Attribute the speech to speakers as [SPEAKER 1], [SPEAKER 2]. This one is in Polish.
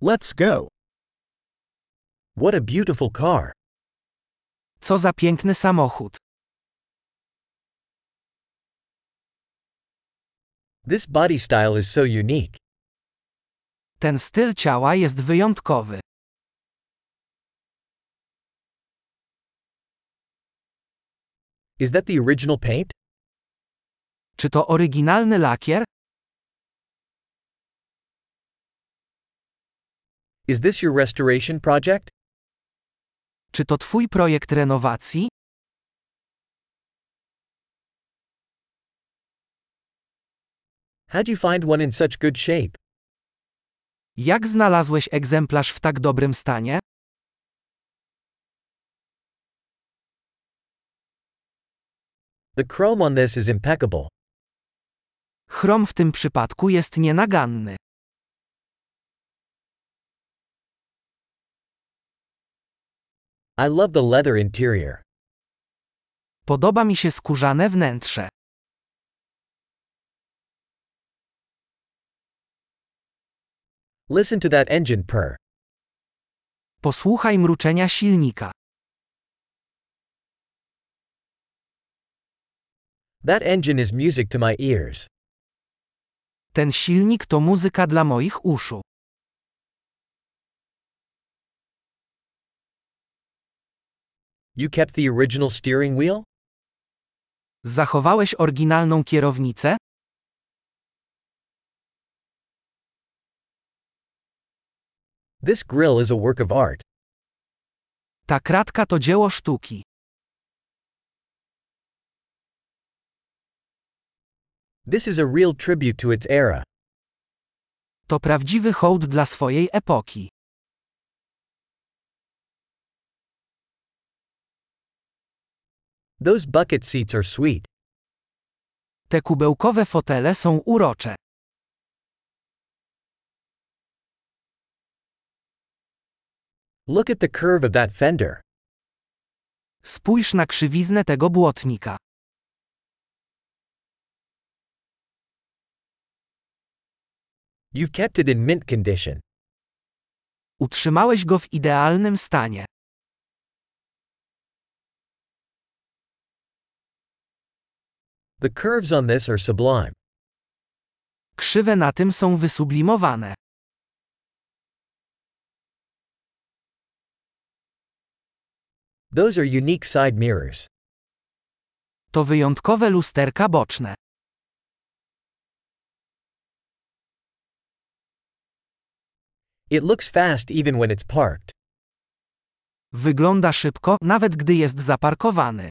[SPEAKER 1] Let's go. What a beautiful car.
[SPEAKER 2] Co za piękny samochód.
[SPEAKER 1] This body style is so unique.
[SPEAKER 2] Ten styl ciała jest wyjątkowy.
[SPEAKER 1] Is that the original paint?
[SPEAKER 2] Czy to oryginalny lakier?
[SPEAKER 1] Is this your restoration project?
[SPEAKER 2] Czy to twój projekt renowacji?
[SPEAKER 1] How'd you find one in such good shape?
[SPEAKER 2] Jak znalazłeś egzemplarz w tak dobrym stanie?
[SPEAKER 1] The chrome on this is impeccable.
[SPEAKER 2] Chrom w tym przypadku jest nienaganny.
[SPEAKER 1] I love the leather interior.
[SPEAKER 2] Podoba mi się skórzane wnętrze.
[SPEAKER 1] Listen to that engine purr.
[SPEAKER 2] Posłuchaj mruczenia silnika.
[SPEAKER 1] That engine is music to my ears.
[SPEAKER 2] Ten silnik to muzyka dla moich uszu.
[SPEAKER 1] You kept the original steering wheel?
[SPEAKER 2] Zachowałeś oryginalną kierownicę?
[SPEAKER 1] This grill is a work of art.
[SPEAKER 2] Ta kratka to dzieło sztuki.
[SPEAKER 1] This is a real tribute to its era.
[SPEAKER 2] To prawdziwy hołd dla swojej epoki.
[SPEAKER 1] Those bucket seats are sweet.
[SPEAKER 2] Te kubełkowe fotele są urocze.
[SPEAKER 1] Look at the curve of that fender.
[SPEAKER 2] Spójrz na krzywiznę tego błotnika.
[SPEAKER 1] You've kept it in mint condition.
[SPEAKER 2] Utrzymałeś go w idealnym stanie.
[SPEAKER 1] The curves on this are sublime.
[SPEAKER 2] Krzywe na tym są wysublimowane.
[SPEAKER 1] Those are unique side mirrors.
[SPEAKER 2] To wyjątkowe lusterka boczne.
[SPEAKER 1] It looks fast even when it's parked.
[SPEAKER 2] Wygląda szybko, nawet gdy jest zaparkowany.